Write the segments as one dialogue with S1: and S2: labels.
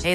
S1: Hey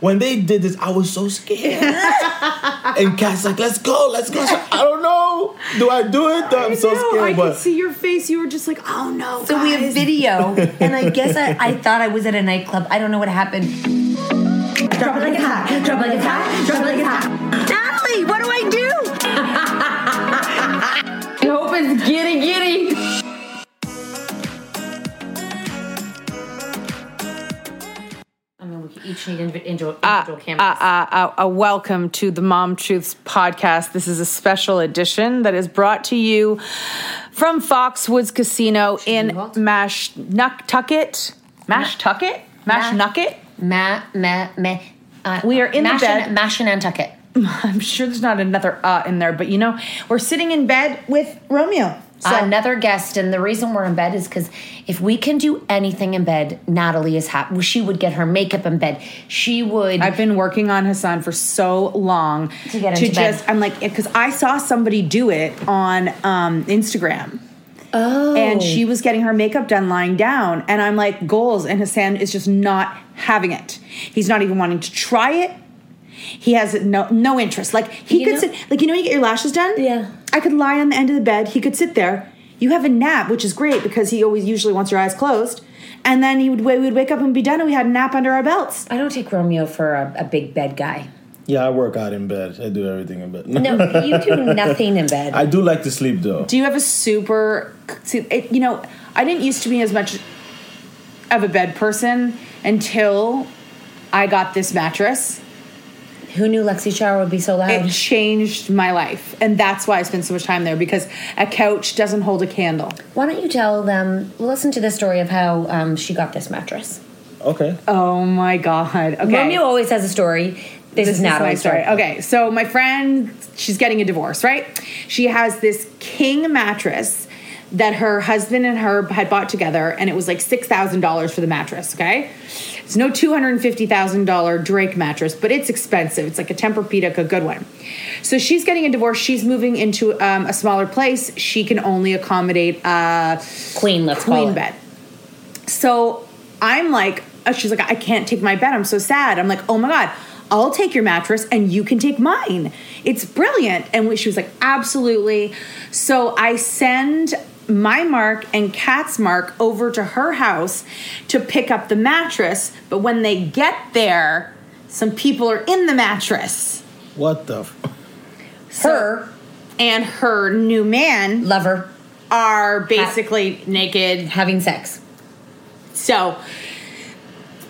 S2: When they did this, I was so scared. and Kat's like, let's go, let's go. So, I don't know. Do I do it? I'm so
S3: No,
S2: scared.
S3: I
S2: but
S3: could see your face. You were just like, oh no.
S4: So we have
S3: guys."
S4: video, and I guess I, I thought I was at a nightclub. I don't know what happened. Drop it like it's hot. Drop it like it's hot. Drop it like it's hot. Natalie, what do I do? I hope it's giddy giddy. I mean, we could each need indiv- individual, individual cameras.
S5: uh, a welcome to the Mom Truths podcast. This is a special edition that is brought to you from Foxwoods Casino in Mashnatucket. Mashtucket? Mashnucket?
S4: ma, ma, ma, uh,
S5: We are in the bed.
S4: Mashanantucket.
S5: I'm sure there's not another uh in there, but you know, we're sitting in bed with Romeo. So
S4: another guest, and the reason we're in bed is because if we can do anything in bed, Natalie is happy. She would get her makeup in bed. She would.
S5: I've been working on Hassan for so long
S4: To get into bed.
S5: just I'm like because I saw somebody do it on um, Instagram.
S4: oh,
S5: and she was getting her makeup done lying down and i'm like goals and hassan is just not having it he's not even wanting to try it he has no no interest like he
S4: You
S5: could
S4: know-
S5: sit like you know when you get your lashes done
S4: Yeah.
S5: i could lie on the end of the bed he could sit there you have a nap which is great because he always usually wants your eyes closed and then he would we would wake up and be done and we had a nap under our belts
S4: I don't take Romeo for a, a big bed guy.
S2: yeah, I work out in bed. I do everything in bed.
S4: No, you do nothing in bed.
S2: I do like to sleep though.
S5: do you have a super see, it, you know i didn't used to be as much of a bed person until i got this mattress
S4: Who knew Lexi Char would be so loud?
S6: Um.
S5: It changed my life, and that's why I spend so much time there because a couch doesn't hold a candle.
S4: Why don't you tell them? Listen to the story of how um, she got this mattress.
S2: Okay.
S6: Oh my god. Okay.
S4: Romeo always has a story. This, is not
S6: my
S4: my story.
S6: Okay, so my friend, she's getting a divorce, right? She has this king mattress that her husband and her had bought together, and it was like six thousand dollars for the mattress. Okay, it's no two hundred and fifty thousand dollar Drake mattress, but it's expensive. It's like a Tempur-Pedic, a good one. So she's getting a divorce. She's moving into um, a smaller place. She can only accommodate uh, a
S4: Queen, let's call
S6: queen
S4: it.
S6: bed. So I'm like, uh, she's like, I can't take my bed. I'm so sad. I'm like, oh my God, I'll take your mattress and you can take mine. It's brilliant. And we- she was like, absolutely. So I send my mark and Kat's mark over to her house to pick up the mattress. But when they get there, some people are in the mattress.
S2: What the? F-
S4: Her
S6: And her new man
S4: lover
S6: are basically naked.
S4: having sex.
S6: So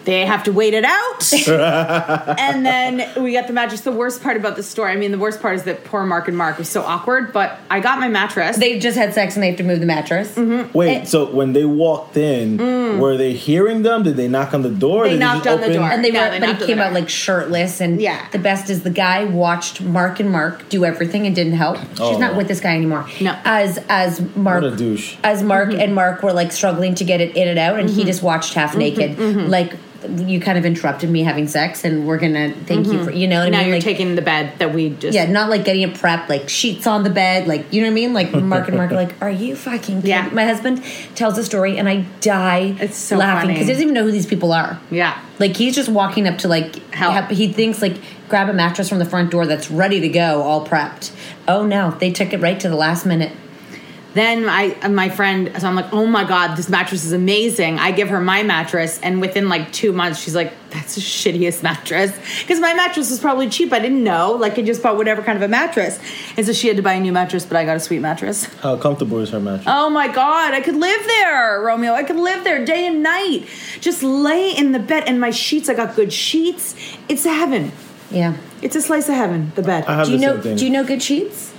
S6: they have to wait it out. and then we got the mattress. The worst part about this story, I mean, the worst part is that poor Mark and Mark was so awkward, but I got my mattress.
S4: They just had sex and they have to move the mattress.
S2: Wait. so when they walked in, were they hearing them? Did they knock on the door?
S6: They
S2: Did
S6: knocked
S2: just
S6: on the door.
S4: And they
S6: No,
S4: were,
S6: they
S4: but
S6: knocked
S4: he
S6: on
S4: came
S6: the
S4: out
S6: door.
S4: like shirtless. And
S6: Yeah.
S4: the best is the guy watched Mark and Mark do everything and didn't help. She's
S2: Oh.
S4: not with this guy anymore.
S6: No. Mm-hmm.
S4: As as Mark
S2: What a douche.
S4: as Mark and Mark were like struggling to get it in and out, and he just watched half naked.
S6: Mm-hmm.
S4: Like you kind of interrupted me having sex, and we're gonna thank you for you know. What
S6: Mm-hmm. now
S4: I mean?
S6: you're
S4: like,
S6: taking the bed that we just.
S4: Yeah, not like getting it prepped, like sheets on the bed, like you know what I mean. Like Mark and Mark, are like, are you fucking? Kidding?
S6: Yeah.
S4: My husband tells a story, and I die.
S6: It's so
S4: laughing
S6: funny.
S4: because he doesn't even know who these people are.
S6: Yeah.
S4: Like he's just walking up to like
S6: Help.
S4: hep- he thinks like grab a mattress from the front door that's ready to go, all prepped. Oh no, they took it right to the last minute.
S6: Then I, and my friend, so I'm like, oh my God, this mattress is amazing. I give her my mattress, and within like two months, she's like, that's the shittiest mattress. Because my mattress was probably cheap. I didn't know. Like, I just bought whatever kind of a mattress. And so she had to buy a new mattress, but I got a sweet mattress.
S2: How comfortable is her mattress?
S6: Oh my God, I could live there, Romeo. I could live there day and night. Just lay in the bed and my sheets. I got good sheets. It's a heaven.
S4: Yeah.
S6: It's a slice of heaven, the bed.
S2: I have
S4: Do you
S2: the
S4: know?
S2: same thing.
S4: Do you know good sheets?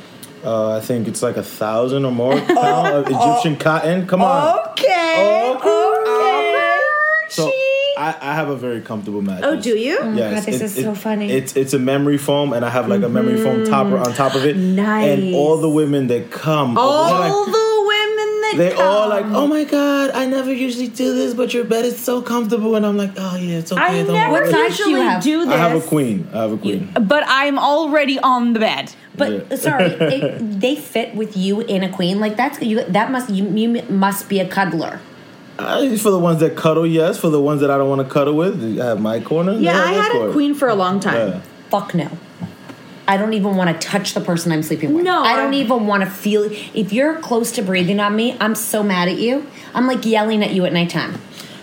S2: Uh, I think it's like a thousand or more pound of Egyptian cotton. Come
S6: Oh,
S2: on.
S6: okay.
S2: Okay.
S6: Okay.
S2: So I, I have a very comfortable mattress.
S6: Oh, do you? Oh my
S2: yes.
S4: God, this
S2: is
S4: is so funny.
S2: It's it's a memory foam, and I have like a memory foam topper on top of it.
S6: Mm-hmm. Nice.
S2: And all the women that come,
S6: All
S2: all
S6: the women that
S2: Oh, they
S6: come.
S2: all like, oh my god, I never usually do this, but your bed is so comfortable, and I'm like, oh yeah, it's okay.
S6: I
S2: don't
S6: never
S2: worry."
S4: What size do you
S6: usually
S4: have?
S6: do this.
S2: I have a queen. I have a queen.
S6: But I'm already on the bed.
S4: But sorry, it, they fit with you in a queen. Like that's you. That must you, you must be a cuddler.
S2: Uh, for the ones that cuddle, yes. For the ones that I don't want to cuddle with, I have my corner.
S6: Yeah,
S2: they have
S6: I
S2: their
S6: had a
S2: corner.
S6: queen for a long time.
S2: Yeah.
S4: Fuck no. I don't even want to touch the person I'm sleeping with.
S6: No,
S4: I don't
S6: I-
S4: even want to feel. If you're close to breathing on me, I'm so mad at you. I'm like yelling at you at nighttime.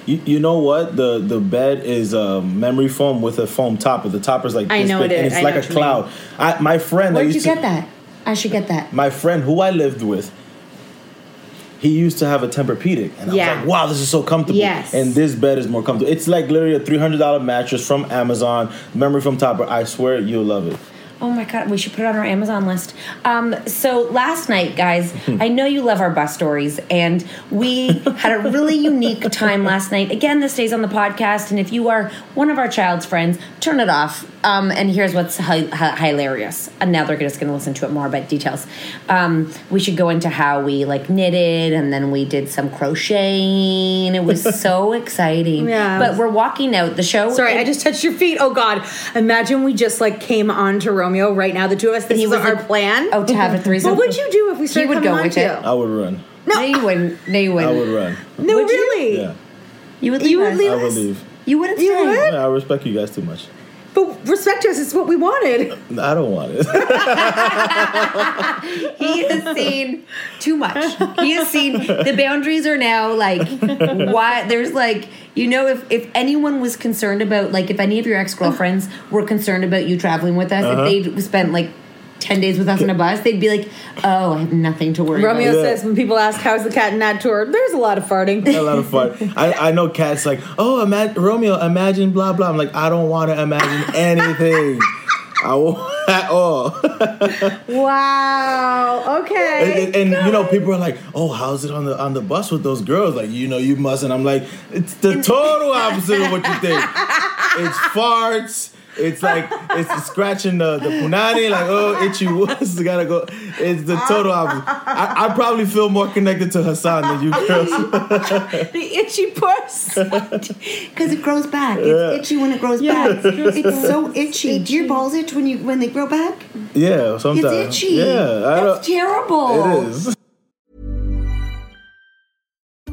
S2: You, you know what? The the bed is a memory foam with a foam topper. The topper's like
S6: I
S2: this
S6: know
S2: big,
S6: it
S2: and
S6: is.
S2: it's
S6: I
S2: like
S6: know
S2: a
S6: what you mean.
S2: cloud. I, my friend, I
S4: Where'd
S2: used
S4: you
S2: to,
S4: get that? I should get that.
S2: My friend, who I lived with, he used to have a Tempur-Pedic, and I
S6: Yeah.
S2: was like, "Wow, this is so comfortable."
S6: Yes.
S2: And this bed is more comfortable. It's like literally a three hundred dollar mattress from Amazon, memory foam topper. I swear you'll love it.
S4: Oh my god, we should put it on our Amazon list. Um, so last night, guys, I know you love our bus stories, and we had a really unique time last night. Again, this stays on the podcast, and if you are one of our child's friends, turn it off. Um, and here's what's hi- hi- hilarious. And now they're just going to listen to it more about details. Um, we should go into how we like knitted, and then we did some crocheting. It was so exciting.
S6: Yeah.
S4: But we're walking out the show.
S6: Sorry, I just touched your feet. Oh God! Imagine we just like came on to Romeo right now. The two of us. This
S4: He
S6: was
S4: was
S6: our
S4: like-
S6: plan.
S4: Oh, to have a threesome.
S6: What would you do if we started
S4: would
S6: coming
S4: go
S6: on
S4: with
S6: to
S4: it.
S6: you?
S2: I would run.
S4: No, you wouldn't. No, you
S2: I
S4: wouldn't.
S2: Uh, would run.
S6: No, really.
S4: You would leave.
S6: You would
S4: us.
S6: leave
S2: I would
S6: us.
S2: leave.
S4: You wouldn't
S6: You
S4: stay.
S6: would?
S2: Yeah, I respect you guys too much.
S6: But respect us. It's what we wanted.
S2: I don't want it.
S4: He has seen too much. He has seen the boundaries are now like why there's like you know if if anyone was concerned about like if any of your ex girlfriends were concerned about you traveling with us if they spent like. 10 days with us on a bus, they'd be like, oh, I have nothing to worry
S6: Romeo
S4: about.
S2: Yeah.
S6: says when people ask how's the cat and nat tour, there's a lot of farting.
S2: a lot of fun. I, I know cats like, oh, ima- Romeo, imagine blah blah. I'm like, I don't want to imagine anything. I will. at all.
S7: Wow.
S2: And,
S7: Okay.
S2: and- and, you know, people are like, "Oh, how's it on the on the bus with those girls?" Like, you know, you must. And I'm like, it's the total opposite of what you think. It's farts. It's like it's scratching the, the punani, like oh itchy wuss, gotta go. It's the total opposite. I, I probably feel more connected to Hassan than you girls.
S7: the itchy puss.
S8: Because it grows back. It's itchy when it grows back. It's, so itchy. Do your balls itch when you when they grow back?
S2: Yeah, sometimes.
S8: It's itchy.
S2: Yeah, I
S8: That's terrible.
S2: don't, it is.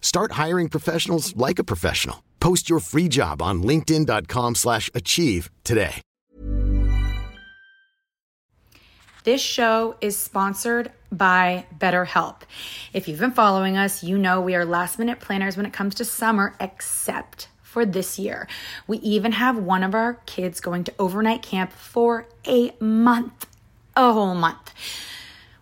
S9: Start hiring professionals like a professional. Post your free job on linkedin.com/achieve slash achieve today.
S6: This show is sponsored by BetterHelp. If you've been following us, you know we are last minute planners when it comes to summer, except for this year. We even have one of our kids going to overnight camp for a month, a whole month.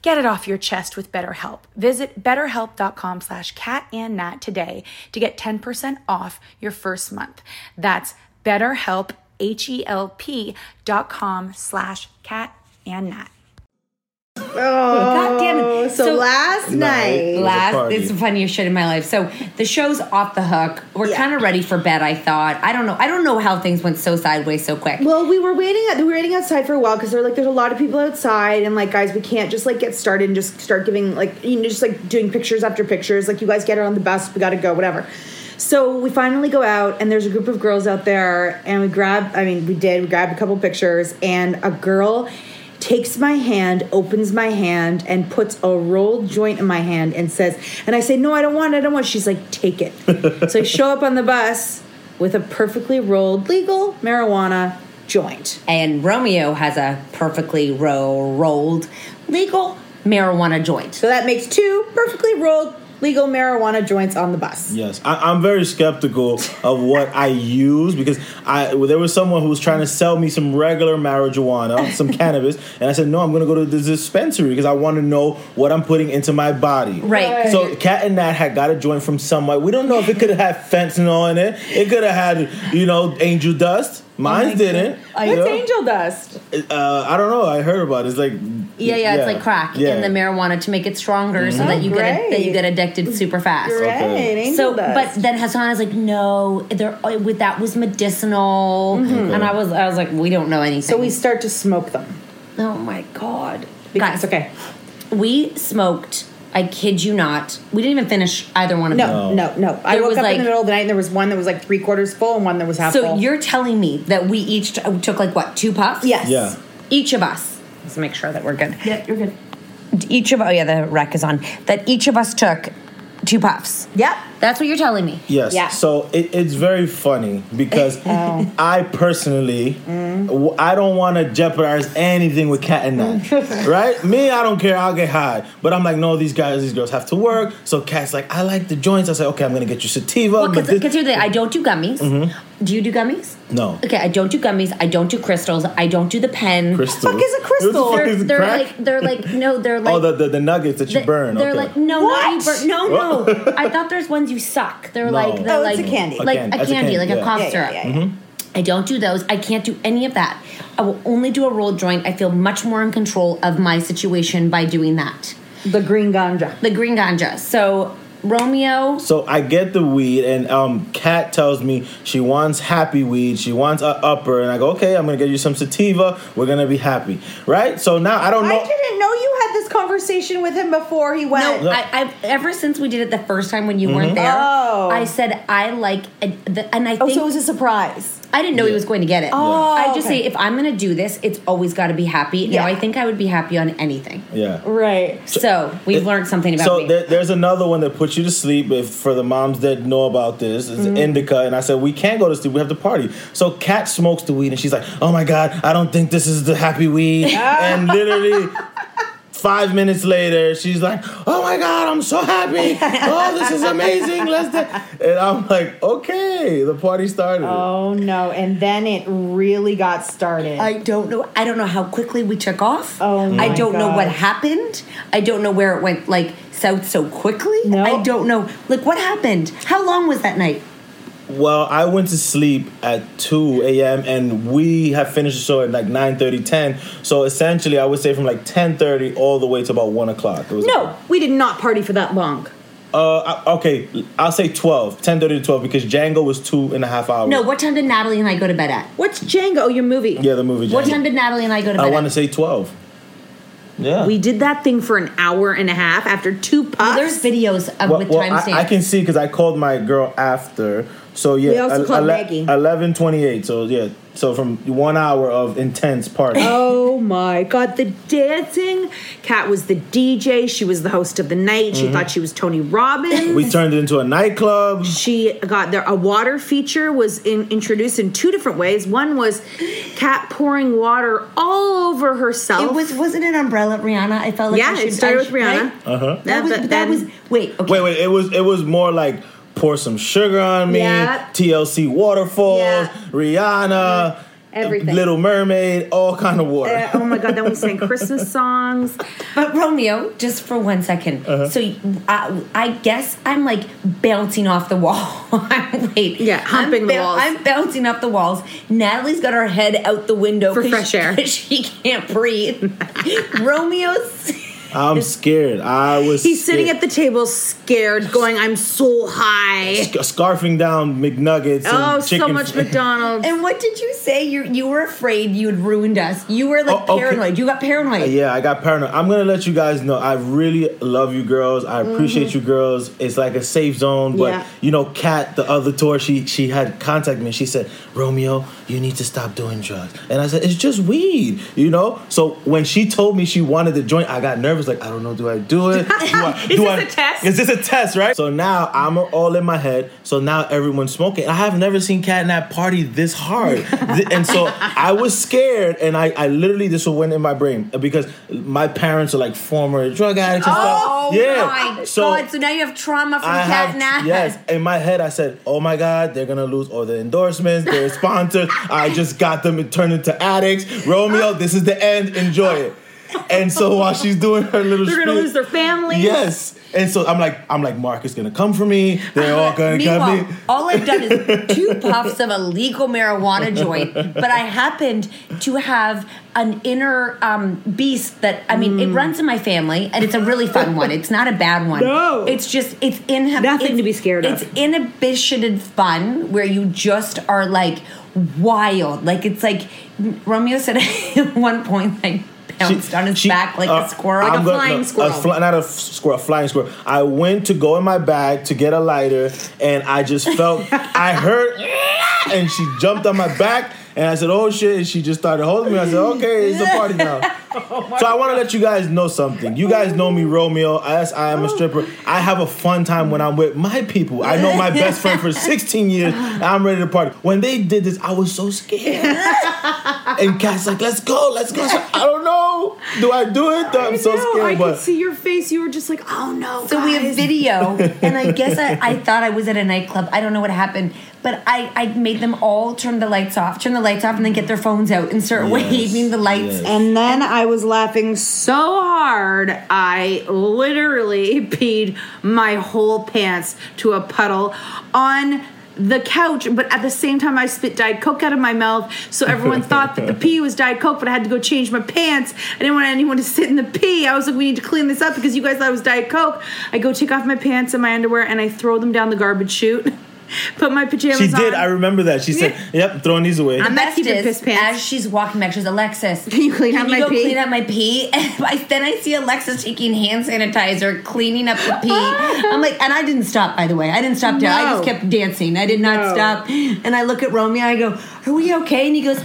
S6: Get it off your chest with BetterHelp. Visit betterhelp.com slash cat and nat today to get 10% off your first month. That's betterhelp, H-E-L-P dot com slash cat and nat.
S7: Oh, God
S4: damn it.
S7: So, last night.
S4: Last, it's the funniest shit in my life. So the show's off the hook. We're kind of ready for bed. I thought. I don't know. I don't know how things went so sideways so quick.
S7: Well, we were waiting. At, we were waiting outside for a while because they're like, there's a lot of people outside, and like, guys, we can't just like get started and just start giving like, you know, just like doing pictures after pictures. Like, you guys get it on the bus. We got to go, whatever. So we finally go out, and there's a group of girls out there, and we grab. I mean, we did. We grabbed a couple pictures, and a girl takes my hand, opens my hand, and puts a rolled joint in my hand, and says, and I say, no, I don't want. It, I don't want. it." She's like, take it. so I show up on the bus with a perfectly rolled legal marijuana joint.
S4: And Romeo has a perfectly ro- rolled legal marijuana joint. So
S7: that makes two perfectly rolled
S6: legal marijuana joints on the bus.
S2: Yes, I, I'm very skeptical of what I use because I well, there was someone who was trying to sell me some regular marijuana, some cannabis, and I said no, I'm going to go to the dispensary because I want to know what I'm putting into my body.
S4: Right.
S2: So Cat and Nat had got a joint from somewhere. We don't know if it could have had fentanyl in it. It could have had you know angel dust. Mine
S6: my
S2: didn't.
S6: God.
S2: you
S6: What's
S2: know?
S6: angel dust?
S2: Uh, I don't know. I heard about it. It's like
S4: Yeah, yeah, it's like crack
S2: Yeah.
S4: in the marijuana to make it stronger so
S2: Mhm.
S4: that you
S2: Oh,
S4: get a, that you
S2: great.
S4: get addicted super fast.
S2: Great, Okay.
S4: So,
S2: angel dust.
S4: but then Hassan is like, no, there oh, with that was medicinal,
S6: Mhm.
S4: and I was I was like, we don't know anything. Mm-hmm. So we
S6: start to smoke them.
S4: Oh my god,
S6: Because-
S4: guys, okay, we smoked. I kid you not, we didn't even finish either one of
S6: No,
S4: them.
S6: no, no. I
S4: There
S6: woke
S4: was,
S6: up
S4: like-
S6: in the middle of the night and there was one that was like three quarters full and one that was half
S4: So
S6: full.
S4: you're telling me that we each t- took like what two puffs?
S6: Yes.
S4: Yeah. Each of us. Let's make sure that we're good. Yeah, you're good. Each of oh yeah, the rec is on. That each of us took two puffs. Yep. That's what you're telling me.
S2: Yes. So it, it's very funny because
S4: oh.
S2: I personally,
S4: Mm.
S2: w- I don't want to jeopardize anything with cat and nat. right? Me, I don't care. I'll get high. But I'm like, no, these guys, these girls have to work. So cat's like, I like the joints. I say, okay, I'm gonna get you sativa. but
S4: Because
S2: this-
S4: here's the thing, I don't do gummies.
S2: Mhm.
S4: Do you do gummies?
S2: No.
S4: Okay, I don't do gummies. I don't do crystals. I don't do the pen.
S2: Crystals? What the fuck is a crystal? What the fuck
S4: They're,
S2: is
S4: they're
S2: crack?
S4: like they're like no, they're like
S2: oh, the, the the nuggets that you
S4: they-
S2: burn.
S4: They're
S2: okay.
S4: like no, no, you burn, no, no. I thought there's ones you suck. They're
S2: No.
S4: like they're
S2: Oh,
S4: like
S2: it's a candy.
S4: like
S2: A candy.
S4: a
S2: That's a
S4: candy,
S2: candy,
S4: like
S2: yeah.
S4: a cough
S2: Yeah, yeah,
S4: syrup.
S2: yeah, yeah. Mhm.
S4: I don't do those. I can't do any of that. I will only do a roll joint. I feel much more in control of my situation by doing that.
S6: The green ganja.
S4: The green ganja. So Romeo.
S2: So I get the weed, and um, Kat tells me she wants happy weed. She wants a upper, and I go, okay, I'm gonna get you some sativa. We're gonna be happy, right? So now I don't know.
S6: I didn't know you had this conversation with him before he went.
S4: No, I, I've ever since we did it the first time when you
S2: Mm-hmm.
S6: Mhm.
S4: weren't there.
S6: Oh.
S4: I said I like, and, the, and I think
S6: Oh, so it was a surprise.
S4: I didn't know he was going to get it.
S6: Oh,
S4: I just
S6: okay.
S4: say if I'm going to do this, it's always got to be happy. Now I think I would be happy on anything.
S2: yeah.
S6: Right.
S4: So we've learned something about
S2: so
S4: me.
S2: there- there's another one that puts you to sleep. If for the moms that know about this, it's
S4: Mhm.
S2: indica, and I said we can't go to sleep. We have to party. So Kat smokes the weed, and she's like, "Oh my god, I don't think this is the happy weed." and literally. Five minutes later, she's like, "Oh my God, I'm so happy! Oh, this is amazing! Let's." Do-. And I'm like, "Okay, the party started."
S6: Oh no! And then it really got started.
S4: I don't know. I don't know how quickly we took off. Oh,
S6: my
S4: I don't know what
S6: gosh.
S4: happened. I don't know where it went like south so quickly. No, I don't know. Like what happened? How long was that night?
S2: Well, I went to sleep at 2 a.m. and we have finished the show at like 9.30, 10. So essentially, I would say from like 10.30 all the way to about 1 o'clock. It was,
S6: No, we did not party for that long.
S2: Uh, I- okay, I'll say 12, 10.30 to 12 because Django was two and a half hours.
S4: No, what time did Natalie and I go to bed at?
S6: What's Django? Your movie?
S2: Yeah, the movie Django.
S4: What time did Natalie and I go to bed
S2: I
S4: at?
S2: want to say 12. Yeah.
S6: We did that thing for an hour and a half after two puffs.
S4: there's videos of
S2: Well, well, I, I can see because I called my girl after. So yeah,
S6: We also called Maggie.
S2: eleven twenty-eight. So yeah, so from one hour of intense party.
S6: Oh my god, the dancing! Kat was the DJ. She was the host of the night. She
S2: Mhm.
S6: thought she was Tony Robbins.
S2: We turned it into a nightclub.
S6: She got there. A water feature was in, introduced in two different ways. One was Kat pouring water all over herself.
S4: It was wasn't it Umbrella Rihanna? I felt like
S6: yeah.
S4: I should,
S6: it started
S4: I
S6: with
S4: should-
S6: Rihanna.
S4: right?
S2: Uh huh.
S6: That was- that was-
S4: wait. Okay.
S2: Wait, wait. It was it was more like pour some sugar on me.
S6: Yeah.
S2: TLC waterfalls. Rihanna.
S6: Mm-hmm. Everything.
S2: Little Mermaid. All kind of water.
S6: Uh, oh my god! Then we sang Christmas songs.
S4: But Romeo, just for one second.
S2: Uh-huh.
S4: So I, I guess I'm like bouncing off the wall. I'm wait. Yeah,
S6: humping
S4: I'm
S6: the walls.
S4: I'm bouncing off the walls. Natalie's got her head out the window
S6: For
S4: 'cause
S6: fresh
S4: she-
S6: air.
S4: 'cause She can't breathe. Romeo's
S2: I'm scared. I was.
S6: He's sitting
S2: scared.
S6: at the table, scared, going, "I'm so high."
S2: Sc- scarfing down McNuggets.
S6: Oh,
S2: and chicken
S6: so much McDonald's.
S4: And what did you say? You you were afraid you had ruined us. You were like
S2: Oh, okay.
S4: paranoid. You got paranoid.
S2: Yeah, I got paranoid. I'm gonna let you guys know. I really love you girls. I appreciate
S6: Mm-hmm.
S2: you
S4: Mhm.
S2: girls. It's like a safe zone. But
S4: Yeah.
S2: you know, Kat, the other tour, she she had contacted me. She said, Romeo, you need to stop doing drugs. And I said, It's just weed, you know? So when she told me she wanted to join, I got nervous. was like, I don't know, do I do it? Do I,
S10: Is
S2: do
S10: this
S2: I-
S10: a test?
S2: Is this a test, right? So now I'm all in my head. So now everyone's smoking. I have never seen Catnap party this hard. Th- and so I was scared, and I, I literally, this was went in my brain because my parents are like former drug addicts and
S4: Oh
S2: stuff. Yeah.
S4: my
S2: so
S4: god! So now you have trauma from
S2: I
S4: cat
S2: have,
S4: nap.
S2: yes, in my head I said, "Oh my God, they're gonna lose all the endorsements, their sponsors. I just got them turned into addicts. Romeo, this is the end. Enjoy it." And so while she's doing her little,
S6: They're gonna
S2: spiel-
S6: lose their family.
S2: Yes, and so I'm like, I'm like, Mark is gonna come for me. They're all gonna
S4: Meanwhile,
S2: come me.
S4: all I've done is two puffs of illegal marijuana joint, but I happened to have an inner um, beast that I mean,
S11: Mm.
S4: it runs in my family, and it's a really fun one. It's not a bad one.
S11: No.
S4: it's just it's in
S11: Nothing
S4: it's-
S11: to be scared of.
S4: It's inhibited fun where you just are like wild. Like it's like Romeo said at one point, like bounced on his back like
S2: Uh,
S4: a squirrel,
S2: I'm gonna- no, A fly, not a f- squirrel, a flying squirrel. I went to go in my bag to get a lighter, and I just felt I heard, and she jumped on my back, and I said, "Oh shit!" And she just started holding me. I said, "Okay, it's a party now." so I want to let you guys know something. You guys know me, Romeo. As I am a stripper, I have a fun time when I'm with my people. I know my best friend for 16 years. And I'm ready to party. When they did this, I was so scared. and Kat's like, "Let's go, let's go." I said, I don't know. Do I do it? I'm so
S6: No, I
S2: scared.
S6: could
S2: But
S6: see your face. You were just like, oh no.
S4: So we have
S6: guys.
S4: video, and I guess I, I thought I was at a nightclub. I don't know what happened, but I, I made them all turn the lights off, turn the lights off, and then get their phones out and start waving the lights.
S6: And then I was laughing so hard, I literally peed my whole pants to a puddle on the couch. But at the same time, I spit Diet Coke out of my mouth. So everyone thought that the pee was Diet Coke, but I had to go change my pants. I didn't want anyone to sit in the pee. I was like, we need to clean this up because you guys thought it was Diet Coke. I go take off my pants and my underwear and I throw them down the garbage chute. Put my pajamas
S2: she
S6: on.
S2: did. I remember that. She said, "Yep, throwing these away."
S4: The best is, as she's walking back, she's Alexis. Can
S6: you clean
S4: can
S6: up
S4: you
S6: my
S4: go
S6: pee?"
S4: clean up my pee? And I, then I see Alexis taking hand sanitizer, cleaning up the pee. I'm like, and I didn't stop. By the way, I didn't stop. down. I just
S11: No.
S4: kept dancing. I did not
S11: No.
S4: stop. And I look at Romeo. I go, "Are we okay?" And he goes,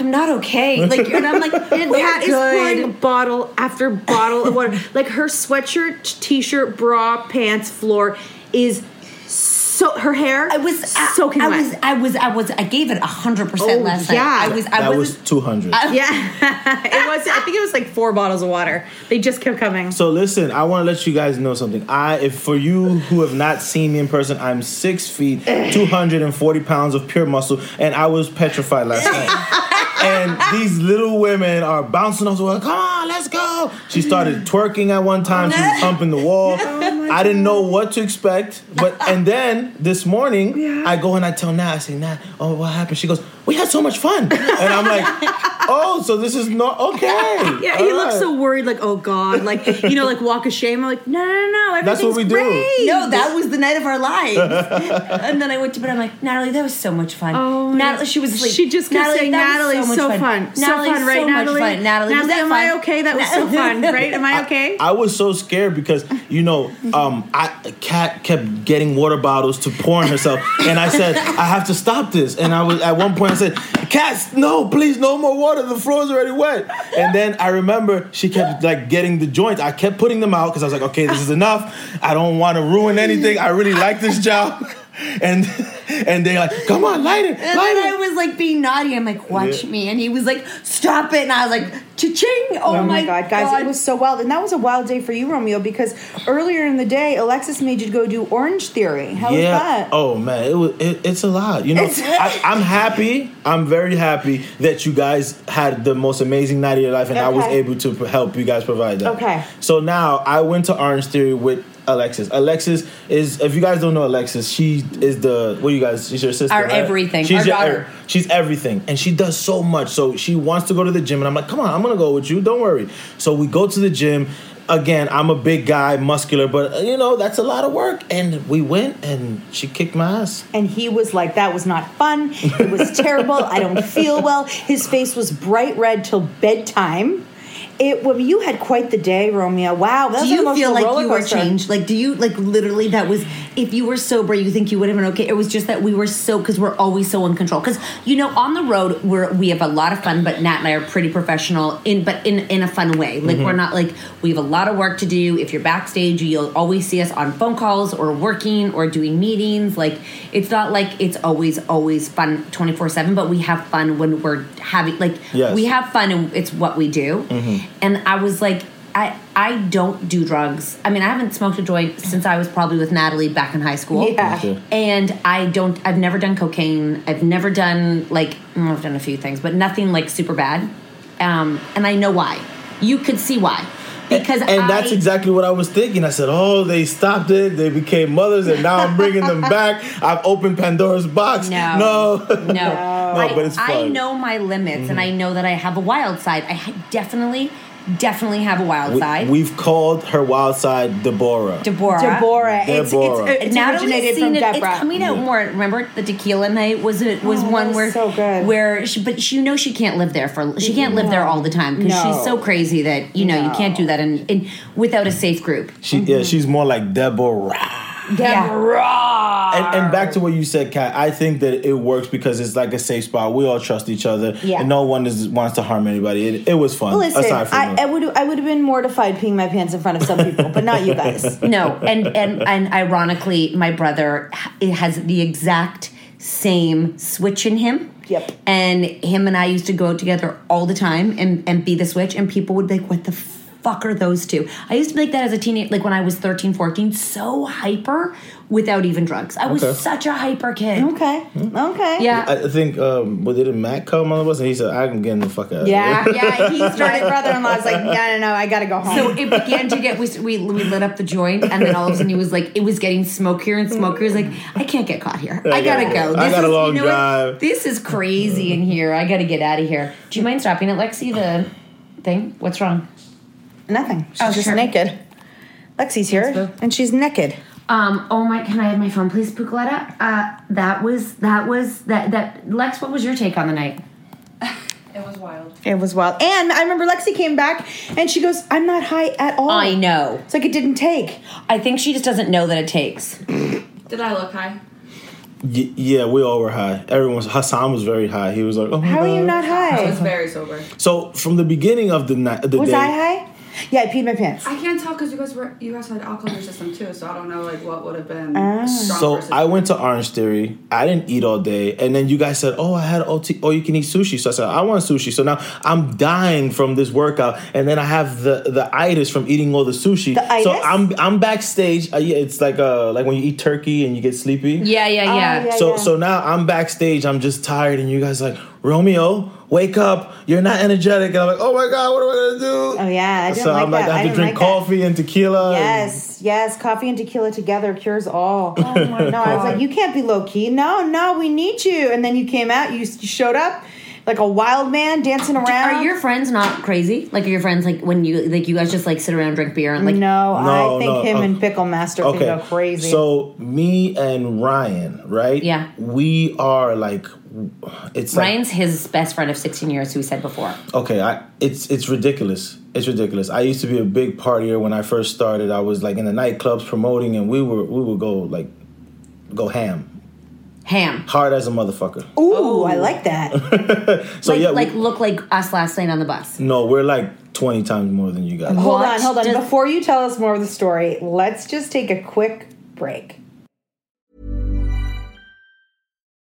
S4: "I'm not okay." Like, and I'm like,
S6: and
S4: "We're
S6: Pat is
S4: good."
S6: pouring bottle after bottle of water. Like her sweatshirt, t-shirt, bra, pants, floor is so her hair. I was soaking
S4: I
S6: wet.
S4: was, I was, I was, I gave it hundred percent
S6: Oh,
S4: last
S6: yeah.
S4: night. I was, I
S2: that
S4: was,
S2: was two hundred.
S6: yeah, it was. I think it was like four bottles of water. They just kept coming.
S2: So listen, I want to let you guys know something. I, if for you who have not seen me in person, I'm six feet, two hundred and forty pounds of pure muscle, and I was petrified last night. and these little women are bouncing off the wall. Come on, let's go. She started twerking at one time. She was humping the wall.
S6: Oh
S2: I didn't know what to expect, but and then this morning I go and I tell Nat. I say, Nat, oh, what happened? She goes, we had so much fun, and I'm like, oh, so this is not okay.
S6: Yeah, he
S2: All
S6: looked
S2: right.
S6: so worried, like, oh God, like, you know, like walk of shame. I'm like, no, no, no, everything's
S2: That's what we do.
S6: great.
S4: No, that was the night of our lives. and then I went to bed. I'm like, Natalie, that was so much fun.
S6: Oh,
S4: Natalie, she was asleep.
S6: She just kept
S4: Natalie,
S6: saying,
S4: that was
S6: Natalie's
S4: much
S6: so fun. So
S4: Natalie's
S6: fun, right,
S4: so much
S6: Natalie?
S4: fun. Natalie, was
S6: Natalie,
S4: that
S6: am
S4: fun?
S6: I okay? That was so fun, right? Am I okay?
S2: I was so scared because you know, um, I cat kept getting water bottles to pour on herself, and I said, I have to stop this. And I was at one point, I said, Cats, no, please, no more water. The floor's already wet. And then I remember she kept like getting the joints. I kept putting them out because I was like, okay, this is enough. I don't want to ruin anything. I really like this job. And and they're like, come on, light it,
S4: And
S2: light
S4: then I
S2: it.
S4: was like being naughty. I'm like, watch
S2: Yeah.
S4: me. And he was like, stop it. And I was like, cha-ching. Oh, my God,
S6: guys, it was so wild, and that was a wild day for you, Romeo, because earlier in the day, Alexis made you go do Orange Theory. How was that?
S2: Oh man, it was. It, it's a lot. You know,
S6: It's-
S2: I, I'm happy. I'm very happy that you guys had the most amazing night of your life, and I was
S6: Okay.
S2: able to p- help you guys provide that.
S6: Okay.
S2: So now I went to Orange Theory with Alexis. Alexis is, if you guys don't know Alexis, she is the what you guys. She's your sister.
S4: Our
S2: right?
S4: everything,
S2: She's
S4: our
S2: your
S4: daughter.
S2: ev- she's everything, and she does so much. So she wants to go to the gym, and I'm like, come on, I'm gonna go with you. Don't worry. So we go to the gym. Again, I'm a big guy, muscular, but uh, you know that's a lot of work. And we went, and she kicked my ass.
S6: And he was like, that was not fun. It was terrible. I don't feel well. His face was bright red till bedtime. It well, you had quite the day, Romeo. Wow, that
S4: Do
S6: was an
S4: you
S6: emotional
S4: feel like you
S6: roller
S4: were
S6: coaster.
S4: changed? Like, do you like literally that was? if you were sober, you think you would have been okay. It was just that we were so because we're always so in control. Because you know, on the road, we're we have a lot of fun, but Nat and I are pretty professional in but in in a fun way. Like
S11: Mhm.
S6: Mm-hmm.
S4: we're not like we have a lot of work to do. If you're backstage, you'll always see us on phone calls or working or doing meetings. Like it's not like it's always always fun twenty four seven. But we have fun when we're having like
S11: Yes.
S4: we have fun and it's what we do
S2: Mm-hmm.
S4: and I was like, I I don't do drugs. I mean, I haven't smoked a joint since I was probably with Natalie back in high school.
S11: Yeah. Me too.
S4: And I don't. I've never done cocaine. I've never done like mm, I've done a few things, but nothing like super bad. Um, and I know why. You could see why. Because
S2: and that's
S4: I-
S2: exactly what I was thinking. I said, "Oh, they stopped it. They became mothers, and now I'm bringing them back. I've opened Pandora's box.
S4: No.
S2: no,
S4: No, I,
S2: but it's fun.
S4: I know my limits, and
S2: Mhm.
S4: I know that I have a wild side. I ha- definitely, definitely have a wild side.
S2: We, have called her wild side Deborah.
S4: Deborah.
S6: Deborah. It's-
S2: Deborah.
S6: it's- it's
S4: Now that we've
S6: originated
S4: seen
S6: from
S4: it,
S6: Deborah.
S4: It's coming out
S6: Yeah.
S4: more. Remember the tequila night was it was one where so good. where she, but she, you know she can't live there for she can't live there all the time because
S2: No.
S4: she's so crazy that you know you can't do that and in, without a safe group.
S2: She yeah, she's more like Deborah.
S4: Yeah.
S2: And, and back to what you said, Kat. I think that it works because it's like a safe spot. We all trust each other,
S6: Yeah.
S2: and no one is, wants to harm anybody. It, it was fun.
S6: Well, listen,
S2: aside from
S6: I,
S2: that.
S6: I would I would have been mortified peeing my pants in front of some people, but not you guys.
S4: no, and and and ironically, my brother ha- it has the exact same switch in him. Yep. And him and I used to go out together all the time and and be the switch, and people would be like, "What the." Fuck are those two? I used to be like that as a teenager, like when I was 13, 14, so hyper without even drugs. I was
S2: Okay.
S4: such a hyper kid. Okay.
S6: Okay.
S4: Yeah.
S2: I, I think um, well, didn't Matt come on us and he said, "I'm getting the fuck out."
S6: Yeah,
S2: of here.
S6: yeah. He started. brother-in-law's like, no, no, no, I gotta go home.
S4: So it began to get we, we we lit up the joint, and then all of a sudden he was like, it was getting smokier and smokier. He's like, I can't get caught here. I, gotta go.
S2: I got a
S4: is-
S2: long
S4: what?
S2: drive.
S4: This is crazy in here. I gotta get out of here. Do you mind stopping it, Lexi? The thing. What's wrong?
S6: Nothing. She's
S4: Oh,
S6: just naked. Lexi's here, and she's naked.
S4: Um. Oh my. Can I have my phone, please, Pukaleta? Uh. That was. That was. That. That. Lex. What was your take on the night?
S6: It was wild. It was wild. And I remember Lexi came back and she goes, I'm not high at all.
S4: I know. It's
S6: like it didn't take.
S4: I think she just doesn't know that it takes.
S12: Did I look high?
S2: Y- yeah, we all were high. Everyone was, Hassan was very high. He was like, "Oh my
S6: How are you
S2: God."
S6: not high?
S12: I was very sober.
S2: So from the beginning of the night, the
S6: Was
S2: day,
S6: I high? Yeah, I peed my pants.
S12: I can't tell because you guys were you guys had alcohol in your system too, so I don't know like what would have been.
S6: Oh.
S12: strong
S2: So
S12: versus-
S2: I went to Orange Theory. I didn't eat all day, and then you guys said, "Oh, I had OT. Oh, you can eat sushi." So I said, "I want sushi." So now I'm dying from this workout, and then I have the the itis from eating all the sushi.
S6: The itis?
S2: So I'm I'm backstage. Uh, yeah, it's like uh like when you eat turkey and you get sleepy.
S4: Yeah, yeah, Oh, yeah. yeah,
S2: so
S4: yeah.
S2: so now I'm backstage. I'm just tired, and you guys are like Romeo. Wake up! You're not energetic, and I'm like, oh my god, what am I gonna do?
S6: Oh yeah, I didn't
S2: so
S6: like
S2: I'm like, I
S6: that. I
S2: have to
S6: didn't
S2: drink
S6: like that.
S2: coffee and tequila. and-
S6: Yes, yes. Coffee and tequila together cures all. Oh my no, I was like, you can't be low key. No, no, we need you. And then you came out. You, s- you showed up like a wild man dancing around.
S4: Are your friends not crazy? Like, are your friends like when you like you guys just like sit around, drink beer, and like?
S6: No,
S2: No,
S6: I think
S2: no,
S6: him
S2: uh,
S6: and Pickle Master can go crazy.
S2: So me and Ryan, right?
S4: Yeah.
S2: We are like it's like
S4: Ryan's his best friend of 16 years, who we said before.
S2: okay, I it's it's ridiculous. It's ridiculous. I used to be a big partier when I first started. I was like in the nightclubs promoting and we were we would go like go ham.
S4: Ham.
S2: Hard as a motherfucker.
S6: Ooh, Oh, I like that.
S2: So
S4: like,
S2: yeah, we-
S4: like look like us last night on the bus.
S2: no, we're like 20 times more than you guys.
S6: Hold on, hold on. Before you tell us more of the story, let's just take a quick break.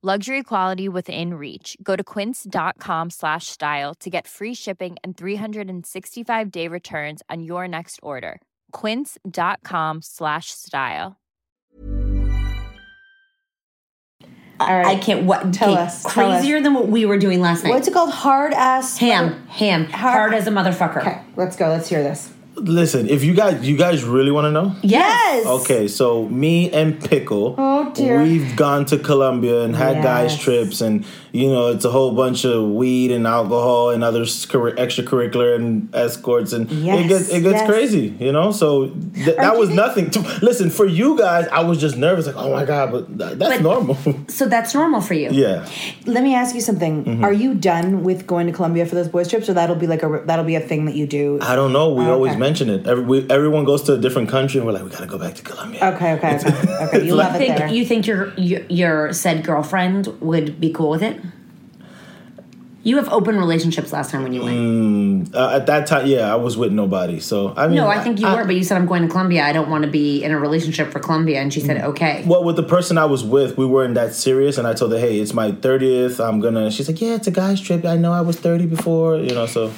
S13: Luxury quality within reach. Go to quince.com slash style to get free shipping and 365 day returns on your next order. Quince.com slash style.
S4: I can't. What?
S6: Tell
S4: okay,
S6: us, tell us.
S4: Crazier than what we were doing last night.
S6: What's it called? Hard ass
S4: ham. Ham. Hard, as a motherfucker. Okay,
S6: let's go. Let's hear this.
S2: Listen, if you guys you guys really want to know,
S6: Yes.
S2: Okay, so me and Pickle,
S6: Oh, dear.
S2: we've gone to Colombia and had guys
S6: Yes.
S2: trips, and you know it's a whole bunch of weed and alcohol and other scur- extracurricular and escorts, and it
S6: Yes,
S2: gets it gets
S6: yes.
S2: crazy, you know. So th- that was nothing. To, listen, for you guys, I was just nervous, like oh my god, but th- that's normal.
S4: So that's normal for you.
S2: yeah.
S6: Let me ask you something.
S2: Mhm.
S6: Are you done with going to Colombia for those boys trips, or that'll be like a that'll be a thing that you do?
S2: I don't know. We
S6: Oh, Okay.
S2: always mention it. Every, we, everyone goes to a different country, and we're like, we gotta go back to Colombia.
S6: Okay, okay, okay. okay. You love it
S4: think,
S6: there.
S4: You think your, your your said girlfriend would be cool with it? You have open relationships last time when you went.
S2: Mm, uh, at that time, yeah, I was with nobody. So I mean,
S4: no, I think you
S2: Uh,
S4: were, but you said I'm going to Colombia. I don't want to be in a relationship for Colombia, and she said
S2: Mm.
S4: okay.
S2: Well, with the person I was with, we weren't that serious, and I told her, "Hey, it's my thirtieth. I'm gonna." She's like, "Yeah, it's a guy's trip. I know I was thirty before, you know." So,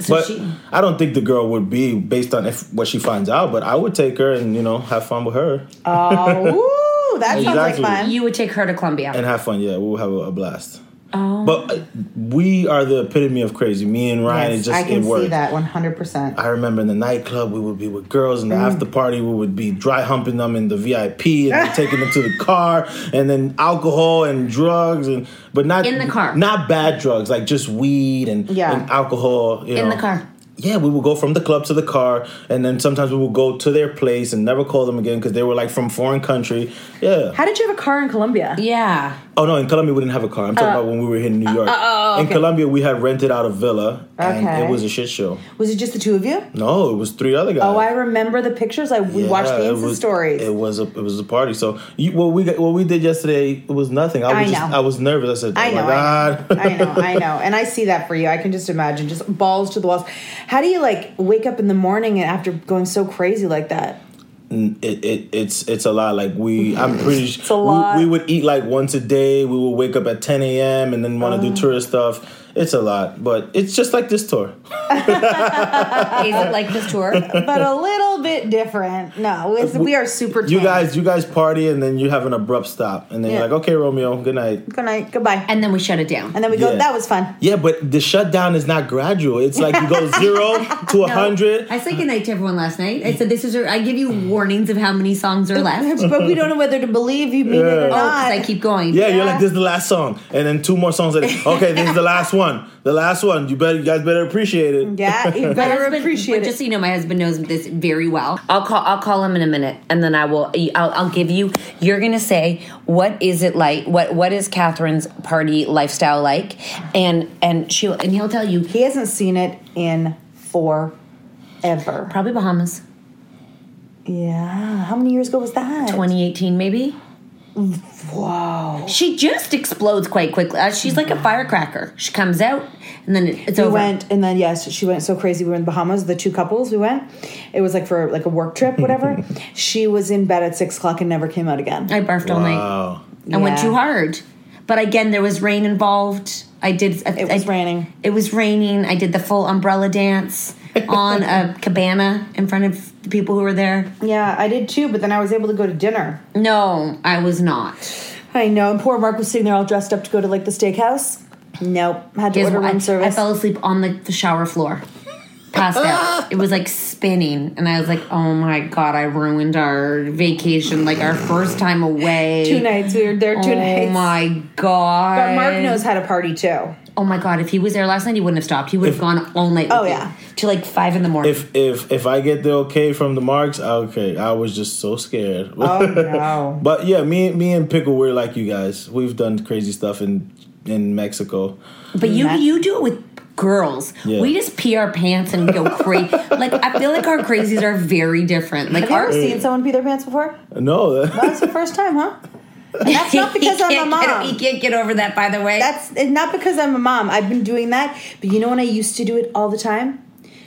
S4: So
S2: but
S4: she-
S2: I don't think the girl would be based on if what she finds out. But I would take her and you know have fun with her.
S4: Oh,
S2: that sounds like Exactly. fun.
S4: You would take her to Colombia.
S2: and have fun. Yeah, we'll have a, a blast.
S4: Oh.
S2: But uh, we are the epitome of crazy. Me and Ryan,
S6: Yes,
S2: it just
S6: I can
S2: it worked.
S6: see that one hundred percent.
S2: I remember in the nightclub, we would be with girls, and the
S6: Mm.
S2: after party, we would be dry humping them in the VIP, and then taking them to the car, and then alcohol and drugs, and but not
S4: In the car.
S2: not bad drugs, like just weed and,
S4: Yeah.
S2: and alcohol. You
S4: in
S2: know.
S4: the car.
S2: Yeah, we would go from the club to the car, and then sometimes we would go to their place and never call them again because they were like from foreign country. Yeah.
S6: How did you have a car in Colombia?
S4: Yeah.
S2: Oh no, in Colombia we didn't have a car. I'm talking
S6: Uh,
S2: about when we were here in New York.
S6: uh, oh,
S2: In
S6: okay.
S2: Colombia we had rented out a villa, and
S6: Okay.
S2: it was a shit show.
S6: Was it just the two of you?
S2: No, it was three other guys.
S6: Oh, I remember the pictures. I we
S2: Uh, Yeah,
S6: watched the
S2: it
S6: Insta
S2: was-
S6: stories.
S2: It was a it was a party. So you, what we got, what we did yesterday it was nothing. I was
S6: I
S2: just
S6: know.
S2: I was nervous. I said,
S6: I
S2: "Oh my
S6: know, I
S2: god."
S6: I know, I know, and I see that for you. I can just imagine, just balls to the walls. How do you like wake up in the morning and after going so crazy like that?
S2: Mm, It, it it's it's a lot. Like we, I'm pretty.
S6: a lot.
S2: We, we would eat like once a day. We would wake up at 10 a.m. and then
S6: Uh-huh.
S2: want to do tourist stuff. It's a lot, but it's just like this tour.
S4: Is it like this tour?
S6: But a little bit different. No, it's, we are super.
S2: You guys, you guys party, and then you have an abrupt stop, and then
S6: Yeah.
S2: you're like, "Okay, Romeo, good night."
S6: Good night. Goodbye.
S4: And then we shut it down.
S6: And then we go.
S2: Yeah.
S6: That was fun.
S2: Yeah, but the shutdown is not gradual. It's like you go zero to
S4: No.
S2: a hundred.
S4: I said good night to everyone last night. I said this is. Your, I give you warnings of how many songs are left,
S2: but we don't know
S6: whether to believe you
S2: mean it or Yeah.
S4: Oh, 'cause I keep going.
S2: Yeah, you're like, this is the last song. And then two more songs later. Okay, this is the last one. The last one. You better you guys better appreciate it.
S4: my husband, appreciate Just so you know, my husband knows this very well. I'll call. I'll call him in a minute, and then I will. I'll, I'll give you. You're gonna say what is it like? What What is Catherine's party lifestyle like? And and she will and he'll tell you he
S6: hasn't seen it in forever.
S4: Probably Bahamas.
S6: Yeah. How many years ago was that?
S4: 2018, maybe.
S6: Wow.
S4: She just explodes quite quickly. Uh, she's like a firecracker. She comes out, and then it, it's
S6: we
S4: over.
S6: went and then yes she went so crazy we were in the bahamas the two couples we went it was like for like a work trip whatever she was in bed at six o'clock and never came out again
S4: i barfed all night
S2: Wow.
S4: I went too hard. But again, there was rain involved. I did. I, it was
S6: raining.
S4: It was raining. I did the full umbrella dance on a cabana in front of the people who were there.
S6: yeah i did too but then i was able to go to dinner
S4: no i was not
S6: i know and poor mark was sitting there all dressed up to go to like the steakhouse nope had to
S4: Guess
S6: order
S4: what?
S6: room
S4: I,
S6: service
S4: I fell asleep on the, the shower floor. passed out. It was like spinning, and I was like, "Oh my god, I ruined our vacation, like our first time away.
S6: Two nights. We were there two
S4: oh
S6: nights.
S4: Oh my god!
S6: But Mark knows how to party too.
S4: Oh my god! If he was there last night, he wouldn't have stopped. He would have gone all night. Oh yeah, to like five in the morning.
S2: If if if I get the okay from the marks, okay. I was just so scared.
S6: Oh, no.
S2: but yeah, me me and Pickle, we're like you guys. We've done crazy stuff in in Mexico.
S4: But you you do it with girls.
S2: Yeah.
S4: We just pee our pants and go crazy. like I feel like our crazies are very different. Like
S6: Have you
S4: our
S6: ever seen someone pee their pants before?
S2: No,
S6: That's the first time, huh? And that's not because
S4: He
S6: I'm a
S4: can't get-
S6: mom.
S4: he can't get over that, by the way.
S6: That's it's not because I'm a mom. I've been doing that, but you know when I used to do it all the time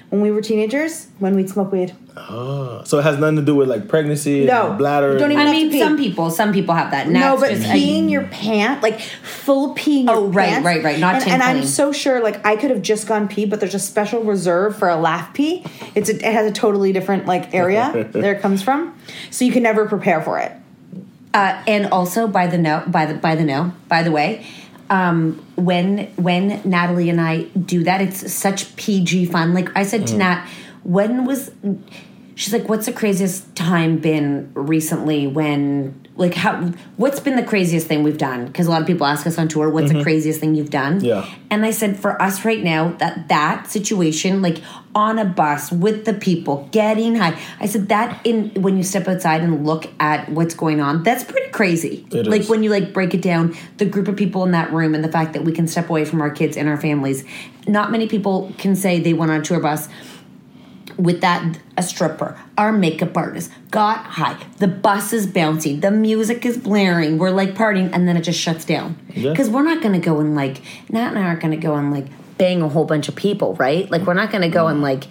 S6: when we were teenagers when we'd smoke weed.
S2: Oh, so it has nothing to do with like pregnancy,
S6: No,
S2: and bladder.
S6: don't even
S2: and-
S6: have to pee.
S4: some people some people have that.
S6: no,
S4: Nat's
S6: but
S4: just a-
S6: peeing your pant, like full peeing. Oh,
S4: right, right, right, not
S6: and, and I'm
S4: tinkling.
S6: so sure, like I could have just gone pee, but there's a special reserve for a laugh pee. It's a, it has a totally different like area there it comes from, so you can never prepare for it.
S4: Uh, and also by the no, by the by the no, by the way, um, when when Natalie and I do that, it's such PG fun. Like I said to
S6: Mm.
S4: Nat, when was she's like, "What's the craziest time been recently? When like how what's been the craziest thing we've done? Because a lot of people ask us on tour, "What's the
S6: Mhm.
S4: craziest thing you've done?"
S6: Yeah.
S4: And I said, for us right now, that that situation, like on a bus with the people getting high, I said that in when you step outside and look at what's going on, that's pretty crazy.
S6: It
S4: like
S6: is.
S4: when you like break it down, the group of people in that room and the fact that we can step away from our kids and our families. Not many people can say they went on a tour bus with that a stripper our makeup artist got high the bus is bouncing the music is blaring we're like partying and then it just shuts down
S6: Yeah.
S4: because we're not gonna go and like nat and i aren't gonna go and like bang a whole bunch of people right like we're not gonna go and like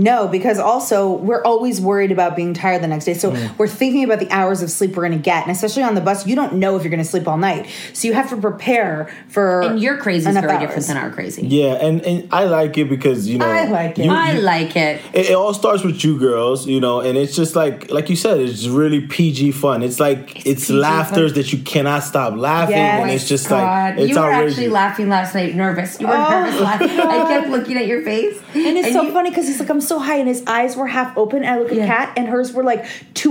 S6: No, because also we're always worried about being tired the next day. So
S4: Mm.
S6: we're thinking about the hours of sleep we're going to get. And especially on the bus, you don't know if you're going to sleep all night. So you have to prepare for. And your
S4: crazy is very different than our crazy.
S2: yeah, and and I like it because you know
S4: i like it
S2: you-
S4: i
S2: you-
S4: like it
S2: It, it all starts with you girls, you know, and it's just like, like you said, it's really PG fun. It's like it's,
S4: PG
S2: laughters
S4: fun.
S2: that you cannot stop laughing, and it's just like it's
S4: you were
S2: outrageous.
S4: actually laughing last night nervous you were
S6: Oh,
S4: nervous laughing i kept looking at your face
S6: And it's
S4: And
S6: so
S4: you-
S6: funny because he's like, I'm so high, and his eyes were half open. And I look at Kat, and hers were like